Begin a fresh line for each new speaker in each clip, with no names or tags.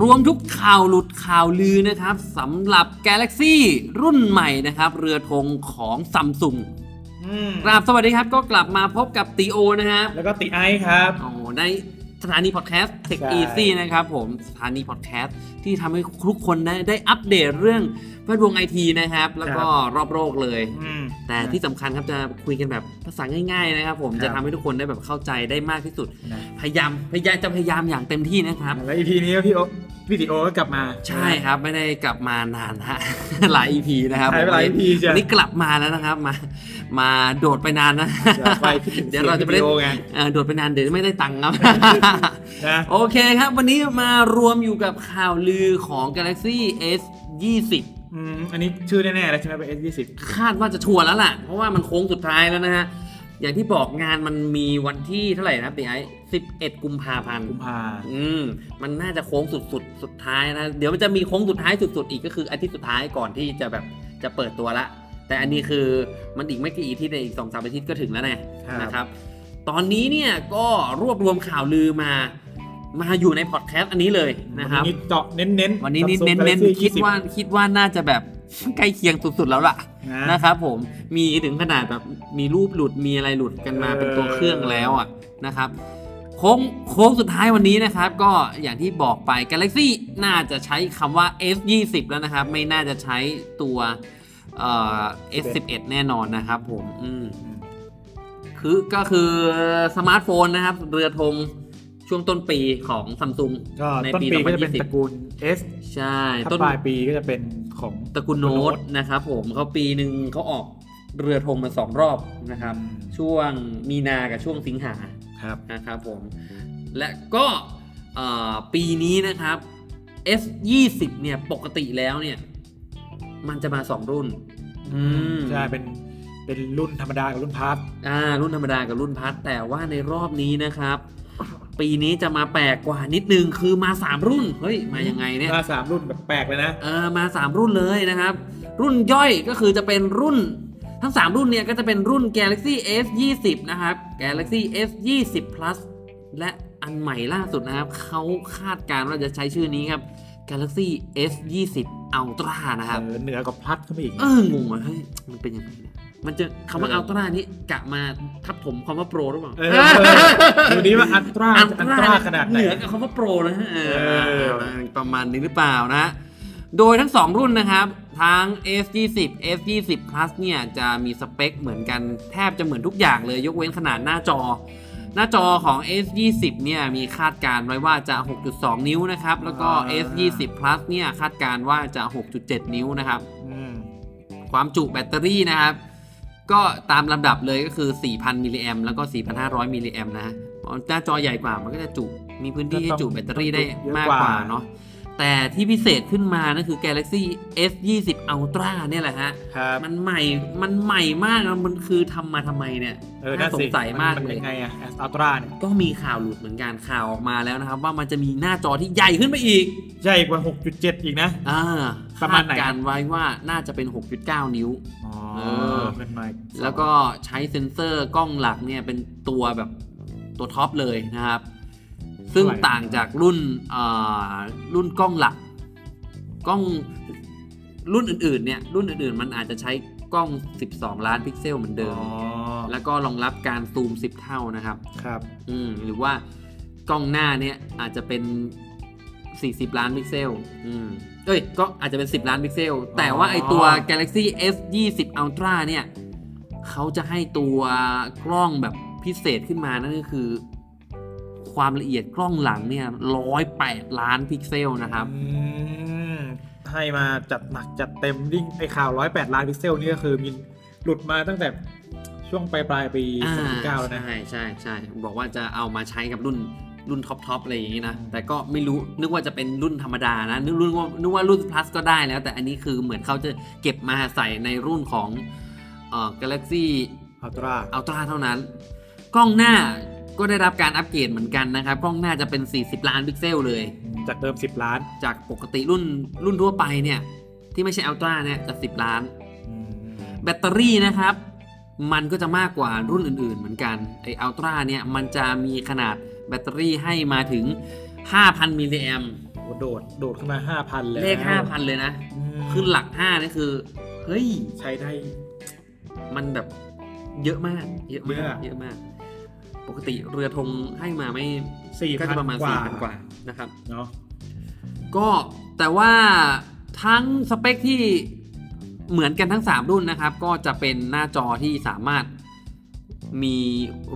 รวมทุกข่าวหลุดข่าวลือนะครับสำหรับ Galaxy รุ่นใหม่นะครับ เรือธงของซัมซุง
อืม
กราบสวัสดีครับ ก็กลับมาพบกับตีโอนะฮะ
แล้วก็ติไอซ์ครับ
โอ้ในสถานีพอดแคสต์ Tech
ใช่
Easy นะครับผม สถานีพอดแคสต์ที่ทำให้ทุกคนได้ได้อัปเดตเรื่องแวดวงไอทีนะครับ แล้วก็รอบโลกเลย
อืม
แต่ที่สำคัญครับจะคุยกันแบบภาษาง่ายๆนะครับ ผม
ครับ
จะทำให้ทุกคนได้แบบเข้าใจได้มากที่สุด
นะ
พยายามพยายามจะพยายามอย่างเต็มที่นะครับ
แล้วอีพีนี้พี่โอพี่ติโอก็กลับมา
ใช่ครับไม่ได้กลับมานานฮะ หลาย EP นะครับ
ใช้เวลาอีพีจ้ะ
วันนี้กลับมาแล้วนะครับมา มาโดดไปนานนะ
ไปคิถึง
เดี๋ยวเราจะไปเล่น
พี่ติโอไง
เอ่อโดดไปนานเดี๋ยวไม่ได้ตังค์ ครับ
นะ
โอเคครับ วันนี้มารวมอยู่กับข่าวลือของ Galaxy S 20
อืมอันนี้ชื่อแน่ๆแล้วใช่ไหมเป็น S ยี่สิบ
คาดว่าจะชัวร์แล้วล่ะ เพราะว่ามันโค้งสุดท้ายแล้วนะฮะ อย่างที่บอกงานมันมีวันที่เท่าไหร่นะครับตีไอ้11 กุมภาพันธ์
กุมภา
อืมมันน่าจะโค้งสุดสุดสุดท้ายนะ เดี๋ยวมันจะมีโค้งสุดท้ายสุดสุดๆอีกก็คืออาทิตย์สุดท้ายก่อนที่จะแบบจะเปิดตัวละ แต่อันนี้คือมันอีกไม่กี่อาทิตย์ในยอีกสองสามอาทิตย์ก็ถึงแล้วนะนะครับ ตอนนี้เนี่ยก็รวบรวมข่าวลือมา มาอยู่ในพอดแคสต์อันนี้เลยนะครับ
วันนี้เจาะเน้นๆ Samsung
วันนี้นี่เน้น
Galaxy
เน้นๆคิด
20
ว่าคิดว่าน่าจะแบบใกล้เคียงสุดๆแล้วล่ะ
นะ
นะครับผมมีถึงขนาดแบบมีรูปหลุดมีอะไรหลุดกันมา
เออ
เป็นตัวเครื่องแล้วอ่ะนะครับโค้งโค้งสุดท้ายวันนี้นะครับ ก็อย่างที่บอกไป Galaxy น่าจะใช้คำว่า S 2 0แล้วนะครับ ไม่น่าจะใช้ตัวเอ่อ S 1 1แน่นอนนะครับผมอืม คือก็คือสมาร์ทโฟนนะครับ เรือธงช่วงต้นปีของซัมซุง
ก็
ใน
ต้น
ปี
ปีก็จะเป็นตระกูล S
2020 ใช่
ถ้า
ต้น
ปลายปีก็จะเป็นของ
ตระกูลโน้ตนะครับผมเขาปีหนึ่งเขาออกเรือธงมาสองรอบนะครับ ช่วงมีนากับช่วงสิงหา
ครับ
นะครับผม และก็เอ่อปีนี้นะครับ S 2 0เนี่ยปกติแล้วเนี่ย มันจะมา 2 รุ่น อืม
ใช่เป็นเป็นรุ่นธรรมดากับรุ่นพาร์ท
อ่ารุ่นธรรมดากับรุ่นพัดแต่ว่าในรอบนี้นะครับ ปีนี้จะมาแปลกกว่านิดนึงคือมา 3 รุ่น เฮ้ย มายังไงเนี่ย
หน้าสามรุ่นแบบแปลกเลยนะ
เออมา 3 รุ่นเลยนะครับ รุ่นย่อยก็คือจะเป็นรุ่นทั้ง 3 รุ่นเนี่ยก็จะเป็นรุ่น Galaxy S 2 0นะครับ Galaxy S 2 0 plus และอันใหม่ล่าสุดนะครับเขาคาดการณ์ว่าจะใช้ชื่อนี้ครับ Galaxy S 2 0 Ultra นะครับ
เออเหนือกว่าพลัดเข้าไปอีก
เอองงอ่ะเฮ้ยมันเป็นยังไงเนี่ยมันจะคำว่าอัลตร้านี้กะมาทับถมคำว่าโปรหรือเปล่า
เออดูนี้ว่าอันตราจะอันตราขนาดไหน
เหนือกับคำว่าโปรนะฮะเออ
เออ
ประมาณนี้หรือเปล่านะ โดยทั้ง 2 รุ่นนะครับ ทั้ง S 2 0 S 2 0 plus เนี่ยจะมีสเปคเหมือนกันแทบจะเหมือนทุกอย่างเลย ยกเว้นขนาดหน้าจอ หน้าจอของ S 2 0เนี่ยมีคาดการณ์ไว้ว่าจะ 6.2 นิ้วนะครับ แล้วก็ S 2 0 plus เนี่ยคาดการณ์ว่าจะ 6.7 นิ้วนะครับ
อืม
ความจุแบตเตอรี่นะครับ ก็ตามลำดับเลยก็คือ 4,000 มิลลิแอมแล้วก็ 4,500 มิลลิแอมนะฮะเพราะหน้าจอใหญ่กว่ามันก็จะจุ มีพื้นที่ให้จุแบตเตอรี่ได้มากกว่าเนาะแต่ที่พิเศษขึ้นมานั่นคือ Galaxy S 2 0 Ultra เนี่ยแหละฮะ
ครับ
มันใหม่มันใหม่มากนะมันคือทำมาทำไมเนี่ย
เออ
น่าส
สิ
งสัยมาก
น
เล
น
ย
ยังไงอะอันตราเนี่ย
ก็มีข่าวหลุดเหมือนกันข่าวออกมาแล้วนะครับ ว่ามันจะมีหน้าจอที่ใหญ่ขึ้นไปอีก
ใหญ่กว่า 6.7 อีกนะ
อ่า
ประมาณไหน
คดการณ์ไว้ว่าน่าจะเป็น 6.9 นิ้ว
อ๋อเป็นไมค์
แล้วก็ใช้เซ็นเซอร์กล้องหลักเนี่ยเป็นตัวแบบตัวท็อปเลยนะครับ ซึ่งต่างจากรุ่นเอ่อรุ่นกล้องหลัก กล้องรุ่นอื่นๆเนี่ยรุ่นอื่นๆ มันอาจจะใช้กล้อง 12 ล้านพิกเซลเหมือนเดิม
อ๋อ
แล้วก็รองรับการซูม 10 เท่านะครับ
ครับ
อืมหรือว่ากล้องหน้าเนี่ยอาจจะเป็น 40 ล้านพิกเซล อืมเอ้ย ก็อาจจะเป็น 10 ล้านพิกเซล แต่ว่าไอตัว Galaxy S 2 0 Ultra เนี่ยเขาจะให้ตัวกล้องแบบพิเศษขึ้นมา นั่นก็คือ ความละเอียดกล้องหลังเนี่ย 108 ล้านพิกเซลนะครับ
อืม ให้มาจัดหนักจัดเต็มยิ่งไอข่าว 108 ล้านพิกเซลนี่ก็คือมีหลุดมาตั้งแต่ช่วงปลายปลายๆปี
อ่า
2009แล้วนะ
ใช่ใช่ใช่บอกว่าจะเอามาใช้กับรุ่นรุ่นท็อปทอปอะไรอย่างนี้นะ
อืม
แต่ก็ไม่รู้นึกว่าจะเป็นรุ่นธรรมดานะ นึกรุ่นว่านึกว่ารุ่น plus ก็ได้แล้ว แต่อันนี้คือเหมือนเขาจะเก็บมาใส่ในรุ่นของเอ่อ galaxy
อัลตรา
ultra เท่านั้น กล้องหน้าก็ได้รับการอัปเกรดเหมือนกันนะครับ กล้องหน้าจะเป็น 40 ล้านพิกเซลเลย
จากเดิม 10 ล้าน
จากปกติรุ่นรุ่นทั่วไปเนี่ย ที่ไม่ใช่ ultra เนี่ยจะ 10 ล้าน
อืม
แบตเตอรี่นะครับ มันก็จะมากกว่ารุ่นอื่น ๆ เหมือนกันไออัลตร้าเนี่ย มันจะมีขนาดแบตเตอรี่ให้มาถึง 5,000 มิลลิแอม
โอ้ โดดโดดขึ้นมา 5,000 แล้ว
เลข 5,000 เลยนะ
อืม
ขึ้นหลัก 5 นี่คือ เฮ้ย
ใช้ได้
มันแบบเยอะมาก เยอะมาก
เยอะ
เยอะมาก ปกติเรือธงให้มาไม่ก็จะประมาณ
4,000 กว่า
4,000กว่านะครับ
เนาะ
ก็แต่ว่าทั้งสเปคที่เหมือนกันทั้ง 3 รุ่นนะครับ ก็จะเป็นหน้าจอที่สามารถมี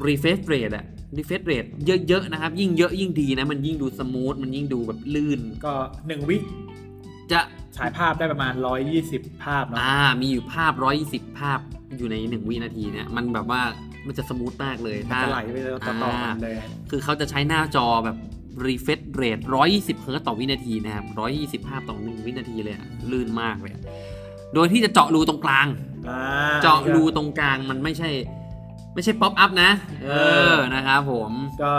refresh rate อะ refresh rate เยอะ ๆ นะครับ ยิ่งเยอะยิ่งดีนะ มันยิ่งดูสมูทมันยิ่งดูแบบลื่น
ก็หนึ่งวิ
จะ
ฉายภาพได้ประมาณ 120 ภาพเนาะ
อ่ามีอยู่ภาพ 120 ภาพอยู่ใน 1 วินาทีเนี่ยมันแบบว่ามันจะสมูทมากเลย
มัน
ถ้า
จะไหลไปต่อต่อๆกันเลย
คือเขาจะใช้หน้าจอแบบ refresh rate 120 เฮิร์ตซ์ต่อวินาทีนะครับ 125 ต่อ 1 วินาทีเลยอะลื่นมากเลยอะโดยที่จะเจาะรูตรงกลาง
อ่
เจาะรูตรงกลางมันไม่ใช่ ไม่ใช่ป๊อปอัพนะ เออ นะครับผม
ก็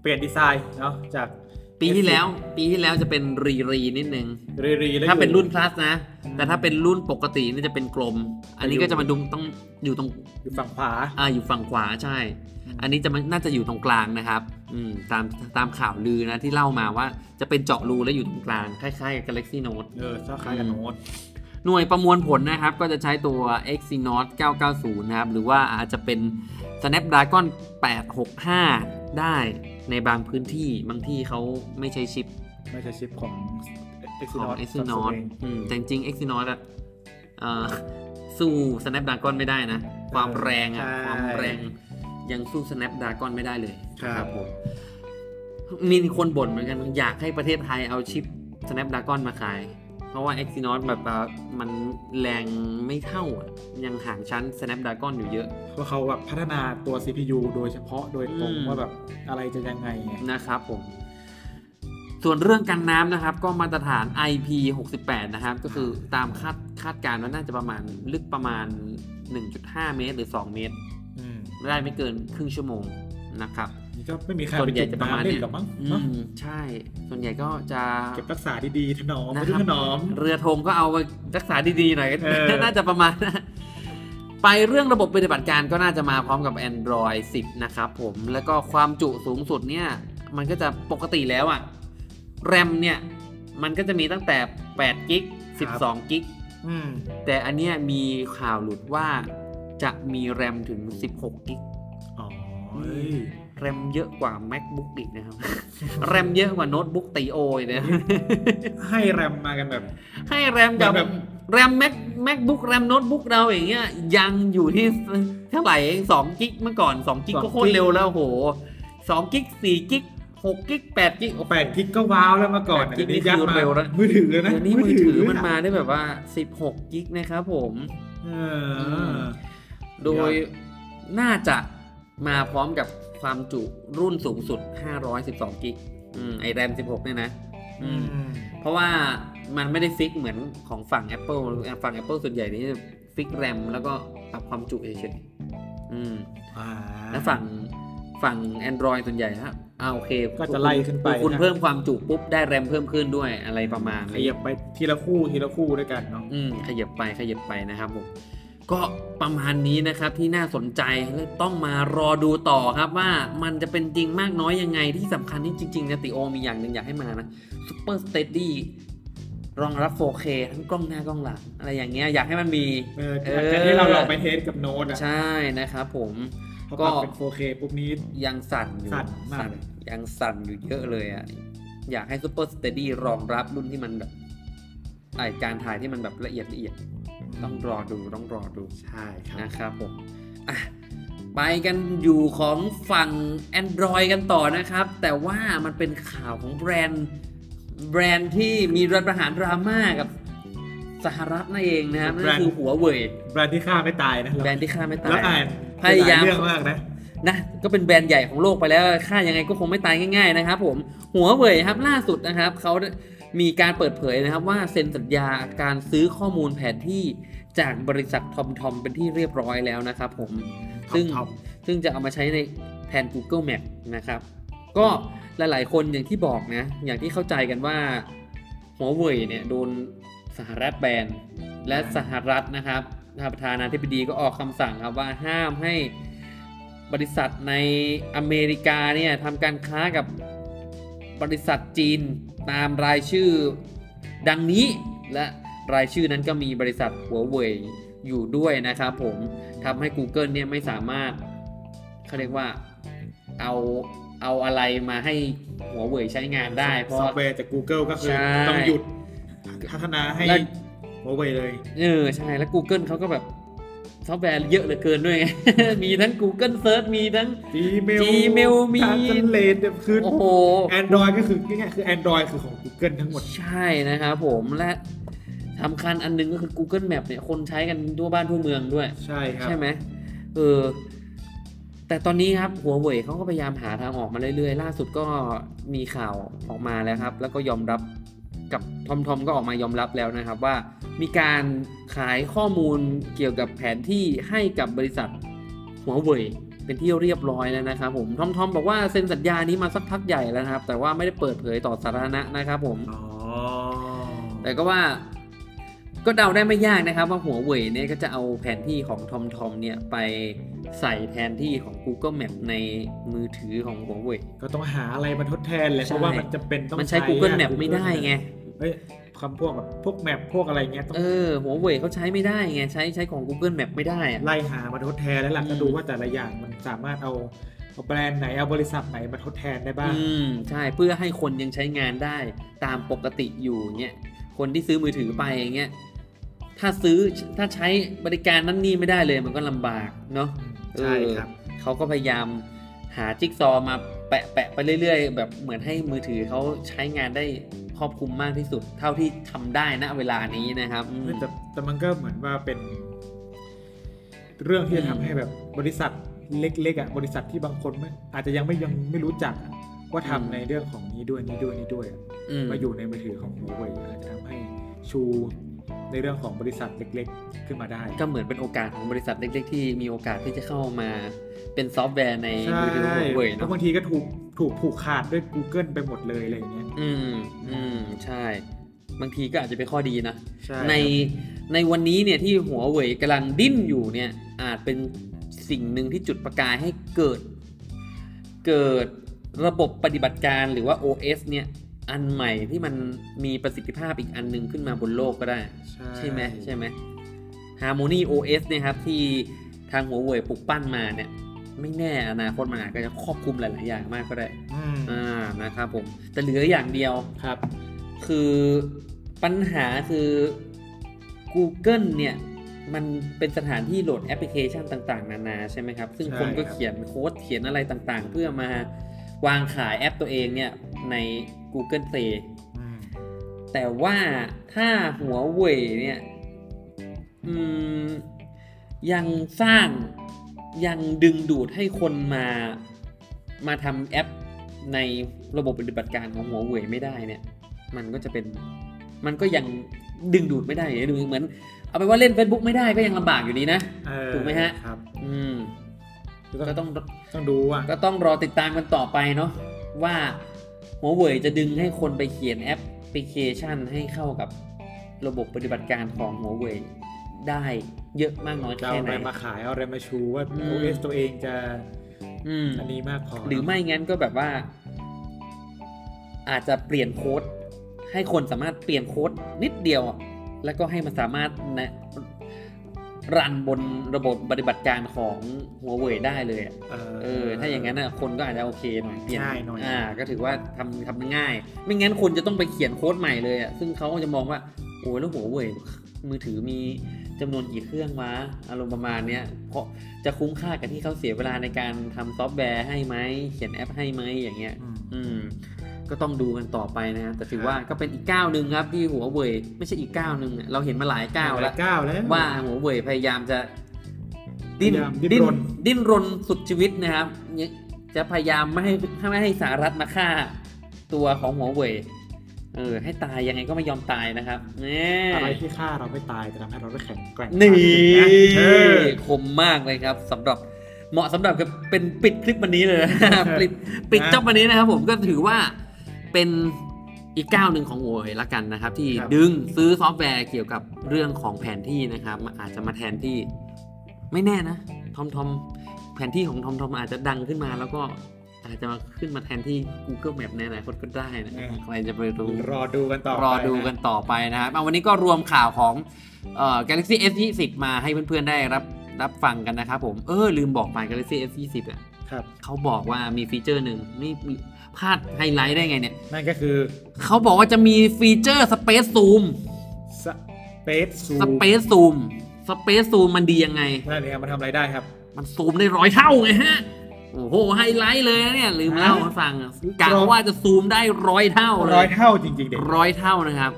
เปลี่ยนดีไซน์เนาะจาก
ปีที่แล้ว ปีที่แล้วจะเป็นรีรีนิดนึง
รีรีแล้ว
ถ้าเป็น
อยู่
รุ่น plus นะ
อืม
แต่ถ้าเป็นรุ่นปกตินี่จะเป็นกลม อันนี้
อยู่
ก็จะมาดุงต้องอยู่ตรง
อยู่ฝั่งขวา
อ่าอยู่ฝั่งขวาใช่ อันนี้จะมันน่าจะอยู่ตรงกลางนะครับ อืมตามตามข่าวลือนะที่เล่ามาว่าจะเป็นเจาะรูและอยู่ตรงกลาง คล้ายๆกับ Galaxy Note
เออคล้ายๆกับโน้ต
หน่วยประมวลผลนะครับ ก็จะใช้ตัว Exynos 990 นะครับ หรือว่าอาจจะเป็น Snapdragon 865 ได้ในบางพื้นที่บางที่เขาไม่ใช้ชิป
ไม่ใช่ชิปของ
ของ
Exynos
Exynos
เอง
อืมแต่จริงๆ Exynos อะเอ่อสู้ Snapdragon ไม่ได้นะ ความแรงอะ
ใช่
ความแรงยังสู้ Snapdragon ไม่ได้เลย
ครับผม
มีคนบ่นเหมือนกันอยากให้ประเทศไทยเอาชิป Snapdragon มาขาย เพราะว่า Exynos แบบว่ามันแรงไม่เท่าอะยังห่างชั้น Snapdragon อยู่เยอะ
เพราะเขาแบบพัฒนาตัว CPU โดยเฉพาะโดยตรง
อืม
ว่าแบบอะไรจะยังไงไง
นะครับผม ส่วนเรื่องกันน้ำนะครับ ก็มาตรฐาน IP68 นะครับ ก็คือตามคาดคาดการณ์ว่าน่าจะประมาณลึกประมาณ 1.5 เมตร หรือ 2 เมตร
อืม
ได้ไม่เกินครึ่งชั่วโมงนะครับ
นี่ก็ไม่มีใคร
ส่ว
ไป
นใหญ่
เก็บ
จะประมาณ
น้ำเล่
เนี้ย
นหรอกมั้ง
อื
เนอะ
มใช่ ส่วนใหญ่ก็จะ
เก็บรักษาดีๆถนอม
นะ
ไม่
ครั
ต้
บ
ถนอม
เรือธงก็เอาไปรักษาดีๆหน่อย
เออ
น่าจะประมาณนะไปเรื่องระบบปฏิบัติการก็น่าจะมาพร้อมกับ Android 10 นะครับผม แล้วก็ความจุสูงสุดเนี่ย มันก็จะปกติแล้วอะแรมเนี่ย มันก็จะมีตั้งแต่8กิก12กิก
อืม
แต่อันเนี้ยมีข่าวหลุดว่าจะมีแรมถึง 16กิก
อ๋อ
เฮ้ย แรมเยอะกว่า MacBook อีกนะครับ แรมเยอะกว่าโน้ตบุ๊กตีโออีกนะ
ให้แรมมากันแบบ
ให้แรมกับ
แบบ
แรมแม็กแม็กบุ๊กแรมโน้ตบุ๊กเราอย่างเงี้ยยังอยู่ที่เท่าไหร่เองสองกิกเมื่อก่อนสองกิกก็โคตรเร็วแล้วโหสองกิกสี่กิกหกกิกแปดกิก
แปดกิกก็ว้าวแล้วมาก่อน
แปดกิก
เดี๋ยว
นี่คือ
ยัดมา
เร็วแล้ว
มือถือเลยนะ
เดี๋ยวนี้มือถือมันมาได้แบบว่าสิบหกกิกนะครับผม
เอ
ม
อ
โดยน่าจะมาพร้อมกับความจุรุ่นสูงสุด 512กิกอืมไอแรม 16 เนี่ยนะอืม เพราะว่ามันไม่ได้ฟิกเหมือนของฝั่ง Apple ฝั่ง Apple ส่วนใหญ่นี่จะฟิกแรมแล้วก็ปรับความจุเฉยๆอืม
อ่า
แล้วฝั่งฝั่ง Android ส่วนใหญ่ฮะอ่าโอเค
ก็จะไล่ขึ้นไป
คุณคุณ
นะ
เพิ่มความจุปุ๊บได้แรมเพิ่มขึ้นด้วยอะไรประมาณ
ข
นี้
ยับไปทีละคู่ทีละคู่ด้วยกันเนาะ
อืมขยับไปขยับไปนะครับผมก็ประมาณนี้นะครับที่น่าสนใจและต้องมารอดูต่อครับว่ามันจะเป็นจริงมากน้อยยังไงที่สำคัญที่จริงๆนะติโอมีอย่างหนึ่งอยากให้มานะ ซูเปอร์สเตดี้รองรับ 4K ทั้งกล้องหน้ากล้องหลัง อะไรอย่างเงี้ยอยากให้มันมี
เออ
เออ
จากที่เราลองไปเทสกับโน้ตอะ
ใช่นะครับผม
พอ
ก็
ปรับเป็น 4K ปุ๊บนี้
ยังสั่นอยู่
สั่นมาก
สั่นยังสั่นอยู่เยอะเลยอ่ะ อยากให้ซูเปอร์สเตดี้รองรับรุ่นที่มันแบบไอการถ่ายที่มันแบบละเอียดละเอียดต้องรอดูต้องรอดู
ใช่ครับ
นะครับผมอ่ะไปกันอยู่ของฝั่ง Android กันต่อนะครับ แต่ว่ามันเป็นข่าวของแบรนด์ แบรนด์ที่มีรัฐประหารดราม่ากับสหรัฐนั่นเองนะครับนั่นคือหัวเว่ย
แบรนด์ที่ฆ่าไม่ตายนะ
แบรนด์ที่ฆ่าไม่ตา
แล้ว
ย
อ่าน
พยายาม
หลเรื่องมากนะ
นะก็เป็นแบรนด์ใหญ่ของโลกไปแล้วค่ายังไงก็คงไม่ตายง่ายๆนะครับผมหัวเว่ยครับล่าสุดนะครับเขามีการเปิดเผยนะครับว่าเซ็นสัญญาการซื้อข้อมูลแผนที่จากบริษัททอมทอมเป็นที่เรียบร้อยแล้วนะครับผม ซึ่ง
TomTom
ซึ่งจะเอามาใช้ในแทน Google Map นะครับ ก็หลายๆคนอย่างที่บอกนะ อย่างที่เข้าใจกันว่าหัวเว่ยเนี่ยโดนสหรัฐแบนและสหรัฐนะครับประธานาธิบดีก็ออกคำสั่งครับว่าห้ามให้บริษัทในอเมริกาเนี่ยทำการค้ากับบริษัทจีน ตามรายชื่อดังนี้ และรายชื่อนั้นก็มีบริษัทหัวเว่ยอยู่ด้วยนะครับผมทำให้ Google เนี่ยไม่สามารถเขาเรียกว่าเอาเอาอะไรมาให้หัวเว่ยใช้งานได้ เพ
ซอ
ราะ
ฟต์แวร์จาก Google ก็คือ
ใช่
ต้องหยุดพัฒนาให้
แล้ว
หัวเว่ยเลย
เออใช่แล้ว Google เขาก็แบบซอฟต์แวร์เยอะเหลือเกินด้วยไง มีทั้ง Google Search มีทั้ง
Gmail
Gmail มี
เลนคือ
โอ้โห
Android ก็คือง่ายๆคือ Android คือของ Google ทั้งหมด
ใช่นะครับผมและสำคัญอันหนึงก็คือ Google Map เนี่ยคนใช้กันทั่วบ้านทั่วเมืองด้วย
ใช่ครับ
ใช่ไหมเออแต่ตอนนี้ครับหัวเว่ยเขาก็พยายามหาทางออกมาเรื่อยๆ ล่าสุดก็มีข่าวออกมาแล้วครับ แล้วก็ยอมรับกับทอมทอมก็ออกมายอมรับแล้วนะครับ ว่ามีการขายข้อมูลเกี่ยวกับแผนที่ให้กับบริษัทหัวเว่ยเป็นที่เรียบร้อยแล้วนะครับผมทอมทอมบอกว่าเซ็นสัญญานี้มาสักพักใหญ่แล้วนะครับ แต่ว่าไม่ได้เปิดเผยต่อสาธารณะนะครับผม
อ๋อ
แต่ก็ว่าก็เดาได้ไม่ยากนะครับ ว่าหัวเว่ยเนี่ยก็จะเอาแผนที่ของทอมทอมเนี่ยไปใส่แผนที่ของ Google Map ในมือถือของหัวเว่ย
ก็ต้องหาอะไรมาทดแทนแหละ
ใช่
เพราะว่ามันจะเป็นต้อง
มันใช้ Google
อะ
Map ไม่ได้ไง
เฮ้ยคำพวกแบบพวกแมปพวกอะไรเงี้ยต้อง
เออ หัวเว่ยเขาใช้ไม่ได้ไง ใช้ใช้ของ Google Map ไม่ได้อะ
ไล่หามาทดแทนแล้วล่ะ
อืม
ก็ดูว่าแต่ละอย่างมันสามารถเอาเอาแบรนด์ไหนเอาบริษัทไหนมาทดแทนได้บ้าง
อืมใช่เพื่อให้คนยังใช้งานได้ตามปกติอยู่เงี้ยคนที่ซื้อมือถือไปอย่างเงี้ยถ้าซื้อถ้าใช้บริการนั่นนี่ไม่ได้เลยมันก็ลำบากเนาะ
ใช่ครับ
เออเขาก็พยายามหาจิ๊กซอว์มาแปะแปะไปเรื่อยๆ แบบเหมือนให้มือถือเขาใช้งานได้ครอบคลุมมากที่สุด เท่าที่ทำได้ณเวลานี้นะครับอืม
แต่แต่มันก็เหมือนว่าเป็น เรื่องที่จะ
อืม
ทำให้แบบบริษัทเล็กๆอ่ะบริษัทที่บางคนไม่อาจจะยังไม่ยังไม่รู้จักอะว่าทำในเรื่องของนี้ด้วยนี้ด้วยนี้ด้วยอะ
อืม
มาอยู่ในมือถือของ Huawei อาจจะทำให้ชูในเรื่องของบริษัทเล็ก ๆ ขึ้นมาได้
ก็เหมือนเป็นโอกาสของบริษัทเล็กๆ ที่มีโอกาสที่จะเข้ามาเป็นซอฟต์แวร์ในมือถือของหัวเว่ย
แล้
เนาะ
วบางทีก็ถูกถูกผูกขาดด้วย Google ไปหมดเลยอะไรอย่างเงี้ย
อืมอืมใช่ บางทีก็อาจจะเป็นข้อดีนะ
ช่
ในในวันนี้เนี่ยที่หัวเว่ยกำลังดิ้นอยู่เนี่ยอาจเป็นสิ่งหนึ่งที่จุดประกายให้เกิด เกิดระบบปฏิบัติการหรือว่า OS เนี่ยอันใหม่ที่มันมีประสิทธิภาพอีกอันหนึ่งขึ้นมาบนโลกก็ได้ ใช่ไหมใช่ไหม Harmony OS เนี่ยครับที่ทางหัวเว่ยปลุกปั้นมาเนี่ยไม่แน่อนาคตมันอาจจะครอบคลุมหลาย ๆ อย่างมากก็ได้
อืม
อ่านะครับผมแต่เหลืออย่างเดียว
ครับ
คือปัญหาคือ Google เนี่ย มันเป็นสถานที่โหลดแอปพลิเคชันต่าง ๆ นานาใช่ไหมครับ ซึ่ง
ใช่
คนก็
ครับ
เขียนโค้ดเขียนอะไรต่างๆ เพื่อมาวางขายแอปตัวเองเนี่ย ใน Google Play
อืม
แต่ว่าถ้าหัวเว่ยเนี่ยอืมยังสร้างยังดึงดูดให้คนมามาทำแอปในระบบปฏิบัติการของหัวเว่ยไม่ได้เนี่ย มันก็จะเป็นมันก็ยังดึงดูดไม่ได้หรือเหมือน เอาไปนว่าเล่น Facebook ไม่ได้ก็ยังลำบากอยู่ดีนะ
เออ
ถูกไหมฮะ
ครับ
อืม
ก็
ก็
ต้
ต้
อ
อง ง
ต้องดูอ่ะ
ก็ต้องรอติดตามกันต่อไปเนาะว่าหัวเว่ยจะดึงให้คนไปเขียนแอปพลิเคชันให้เข้ากับระบบปฏิบัติการของหัวเว่ยได้เยอะมากน้อย
จะ
แค่
เอาอะ
ไหน
ไรมาขายเอาอะไรมาชูว่า
อืม
OS ตัวเองจะ
อืม
อันนี้มากพอ
หรือไม่งั้นก็แบบว่า อาจจะเปลี่ยนโค้ด ให้คนสามารถเปลี่ยนโค้ดนิดเดียวอะแล้วก็ให้มันสามารถนะรันบนระบบปฏิบัติการของหัวเว่ยได้เลยอะ
เออ
เออ ถ้าอย่างนั้นน่ะคนก็อาจจะโอเคหน่อยเปลี่ยน
ง่ายหน่อย
อ่า ก็ถือว่าทำทำง่าย ไม่งั้นคนจะต้องไปเขียนโค้ดใหม่เลยอ่ะ ซึ่งเขาก็จะมองว่า โอ้ยแล้วหัวเว่ยมือถือมีจำนวนกี่เครื่องวะ อารมณ์ประมาณเนี้ย เพราะจะคุ้มค่ากับที่เขาเสียเวลาในการทำซอฟต์แวร์ให้ไหม เขียนแอปให้ไหมอย่างเงี้ย
อืม
อืม ก็ต้องดูกันต่อไปนะฮะแต่ถือว่าก็เป็นอีกก้าวหนึ่งครับที่หัวเว่ยไม่ใช่อีกก้าวหนึ่งอะเราเห็นมาหลายก้าวแล้ว
เก้าแล้ว
ว่าหัวเว่ยพยายามจะดิ้น
พยายาม
ดิ้
ดิ้น
น
รน
ดิ้นรนสุดชีวิตนะครับเนี่ยจะพยายามไม่ให้ไม่ให้สหรัฐมาฆ่าตัวของหัวเว่ยเออ ให้ตายยังไงก็ไม่ยอมตายนะครับแนี่
อะไรที่ฆ่าเราไม่ตายแต่ทำให้เราได้แข็งแกร่ง
นี่
มากขึ้นนะเออ
คมมากเลยครับสำหรับเหมาะสำหรับกับเป็นปิดคลิปวันนี้ เลยนะ ปิดปิด
นะ
จบวันนี้นะครับผมก็ถือว่าเป็นอีกก้าวหนึ่งของหัวเว่ยละกันนะครับ ที่
ครับ
ดึงซื้อซอฟต์แวร์เกี่ยวกับเรื่องของแผนที่นะครับมาอาจจะมาแทนที่ ไม่แน่นะทอมทอมแผนที่ของทอมทอมอาจจะดังขึ้นมาแล้วก็ อาจจะมาขึ้นมาแทนที่ Google Map ในอนาคตก็ได้นะ
อืม
ใครจะไปรู้
รอดูกันต่อไป
รอดูกันต่อไปนะครับอ่ะวันนี้ก็รวมข่าวของเอ่อ Galaxy S 2 0มาให้เพื่อนๆได้รับรับฟังกันนะครับผม เออ ลืมบอกไป Galaxy S 2 0อ่ะ
ครับ
เขาบอกว่ามีฟีเจอร์หนึ่งนี่มีพลาดไฮไลท์ได้ไงเนี่ย
นั่นก็คือ
เขาบอกว่าจะมีฟีเจอร์ Space Zoom
สเปซซู
Space Zoom Space Zoom มันดียังไง
นั่นเองครับมันทำอะไรได้ครับ
มันซูมได้ร้อยเท่าไงฮะ โอ้โห ไฮไลท์เลยนะเนี่ย ลืมเล่าให้ฟังอะกะว่าจะซูมได้ร้อยเท่าเล
ร้อย
ย
เท่าจริง ๆ เด็ก
ร้อยเท่านะครับ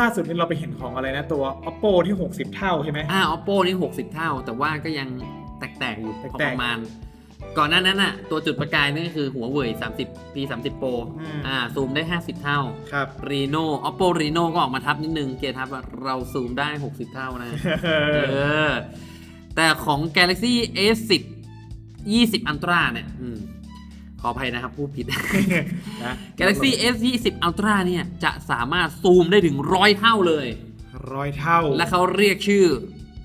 ล่าสุดนี่เราไปเห็นของอะไรนะตัว oppo ที่ 60 เท่าใช่ไหม
อ่า oppo นี่ 60 เท่า แต่ว่าก็ยังแตก ๆ อยู่พอ
แต
ป
กๆ
ระมาณ ก่อนหน้านั้นน่ะ ตัวจุดประกายนั่นก็คือหัวเว่ย30 p 30 pro
อืม
อ่า ซูมได้ 50 เท่า
ครับ
reno oppo reno ก็ออกมาทับนิดนึง เกียร์ทับว่าเราซูมได้ 60 เท่านะ เออ แต่ของ galaxy s 10 20 ultra เนี่ยอืมขออภัยนะครับ พูดผิด
นะ
galaxy s 20 ultra เนี่ย จะสามารถซูมได้ถึงร้อยเท่าเลย
ร้อยเท่า
และเขาเรียกชื่อ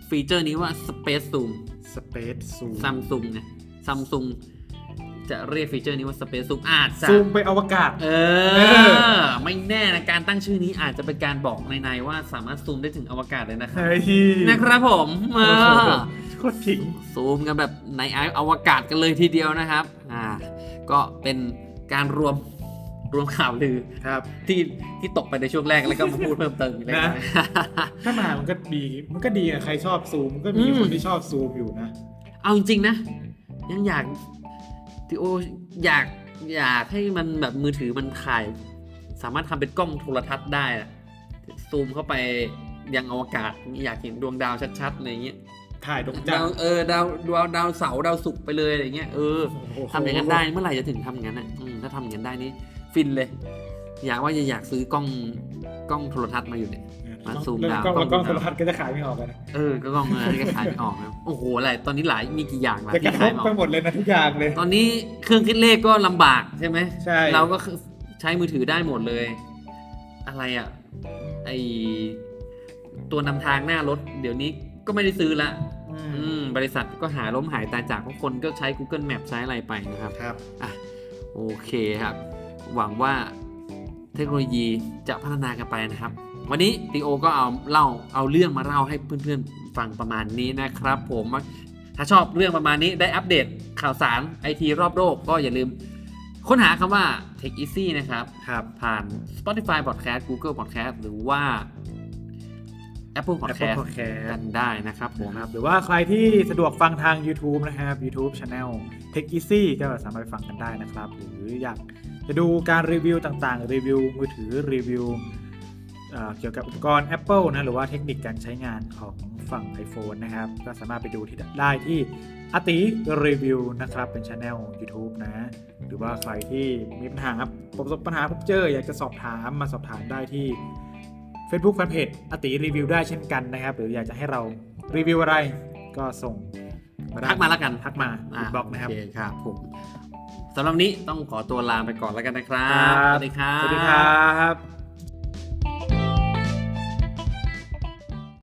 ฟีเจอร์นี้ว่า Space Zoom
สเปซซู
ซัมซุงนะซัมซุงจะเรียกฟีเจอร์นี้ว่า Space Zoom อาจจะ
ซูมไปอวกาศ
เอ
เอ
อ
อ
ไม่แน่นะ การตั้งชื่อนี้อาจจะเป็นการบอกใน ๆ ว่าสามารถซูมได้ถึงอวกาศเลยนะครับ
เฮ้ย
นะครับผมเอ
โอ้โห
อ
โคตรทิ้ง
ซูมกันแบบในอวกาศกันเลยทีเดียวนะครับ อ่า ก็เป็นการรวมรวมข่าวลือ
ครับ
ที่ที่ตกไปในช่วงแรกแล้วก็มาพูดเพิ่มเติมอีกเล็กน้อย
ถ้ามามันก็ดีมันก็ดีนะใครชอบซูมก็มี
อืม
คนที่ชอบซูมอยู่นะ
เอาจริงๆนะ ยังอยากทีโออยากอยากให้มันแบบมือถือมันถ่าย สามารถทำเป็นกล้องโทรทัศน์ได้อะซูมเข้าไปยังอวกาศอยากเห็นดวงดาวชัดๆอะไรอย่างเงี้ย
ถ่ายดวงจัน
ดา
ท
ว
ร์
เออดาวดาวดาวเสาร์ดาวศุกร์ไปเลยอะไรเงี้ยเออ
โโห
ทำอย่างนั้นได้เมื่อไหร่จะถึงทำอย่างนั้นอ่ะอืมถ้าทำอย่างนั้นได้นี่ฟินเลย อยากว่าจะอยากซื้อกล้องกล้องโทรทัศน์มาอยู่เนี่ย มาซูม
เริ่
ดาว
กล้องแล้วก
กล้
ล้
อง
อ
ง
โทรทัศน์ก็จะขายไม่ออกกันนะ
เออก็กล้องมาที่ก็ขายไม่ออกนะโอ้โหอะไรตอนนี้หลายมีกี่อย่างละ
จะกระ
ที่
ท
ขาย
บ
ไม่ออก
ไปหมดเลยนะทุกอย่างเลย
ตอนนี้เครื่องคิดเลขก็ลำบากใช่ไหม
ใช่
เราก็คือใช้มือถือได้หมดเลย อะไรอะ่ะ ไอตัวนำทางหน้ารถ เดี๋ยวนี้ก็ไม่ได้ซื้อละ
อื
อื
ม
ม บริษัทก็หาล้มหายตายจากเพราะคนก็ใช้ Google Map ใช้อะไรไปนะครับ
ครับ
อ่ะ โอเคครับ หวังว่าเทคโนโลยีจะพัฒนากันไปนะครับ วันนี้ติโอก็เอาเล่าเอาเรื่องมาเล่าให้เพื่อนๆฟังประมาณนี้นะครับผมถ้าชอบเรื่องประมาณนี้ได้อัปเดตข่าวสารไอทีรอบโลกก็อย่าลืมค้นหาคำว่า Tech Easy นะครับ
ครับ
ผ่าน Spotify Podcast Google Podcast หรือว่า Apple
Apple
Podcast
Podcast
กันได้นะครับผม
นะครับหรือว่าใครที่สะดวกฟังทาง YouTube นะครับ YouTube Channel Tech Easy ก็สามารถไปฟังกันได้นะครับ หรืออยากจะดูการรีวิวต่างๆ รีวิวมือถือรีวิวเอ่อเกี่ยวกับอุปกรณ์ Apple นะ หรือว่าเทคนิคการใช้งานของฝั่ง iPhone นะครับ ก็สามารถไปดูที่ได้ที่อติรีวิวนะครับ เป็น Channel YouTube นะ หรือว่าใครที่มีปัญหาประสบปัญหาพบเจอ อยากจะสอบถามมาสอบถามได้ที่ Facebook Fanpage อติรีวิวได้เช่นกันนะครับ หรืออยากจะให้เรารีวิวอะไรก็ส่งได้
ทักมาแล้วกัน
ทักมาอินบ็อกนะครับ
โอเคครับผมสำหรับวันนี้ต้องขอตัวลาไปก่อนแล้วกันนะครับ
ครับ
สวัสดีครับ
สวัสดีครับ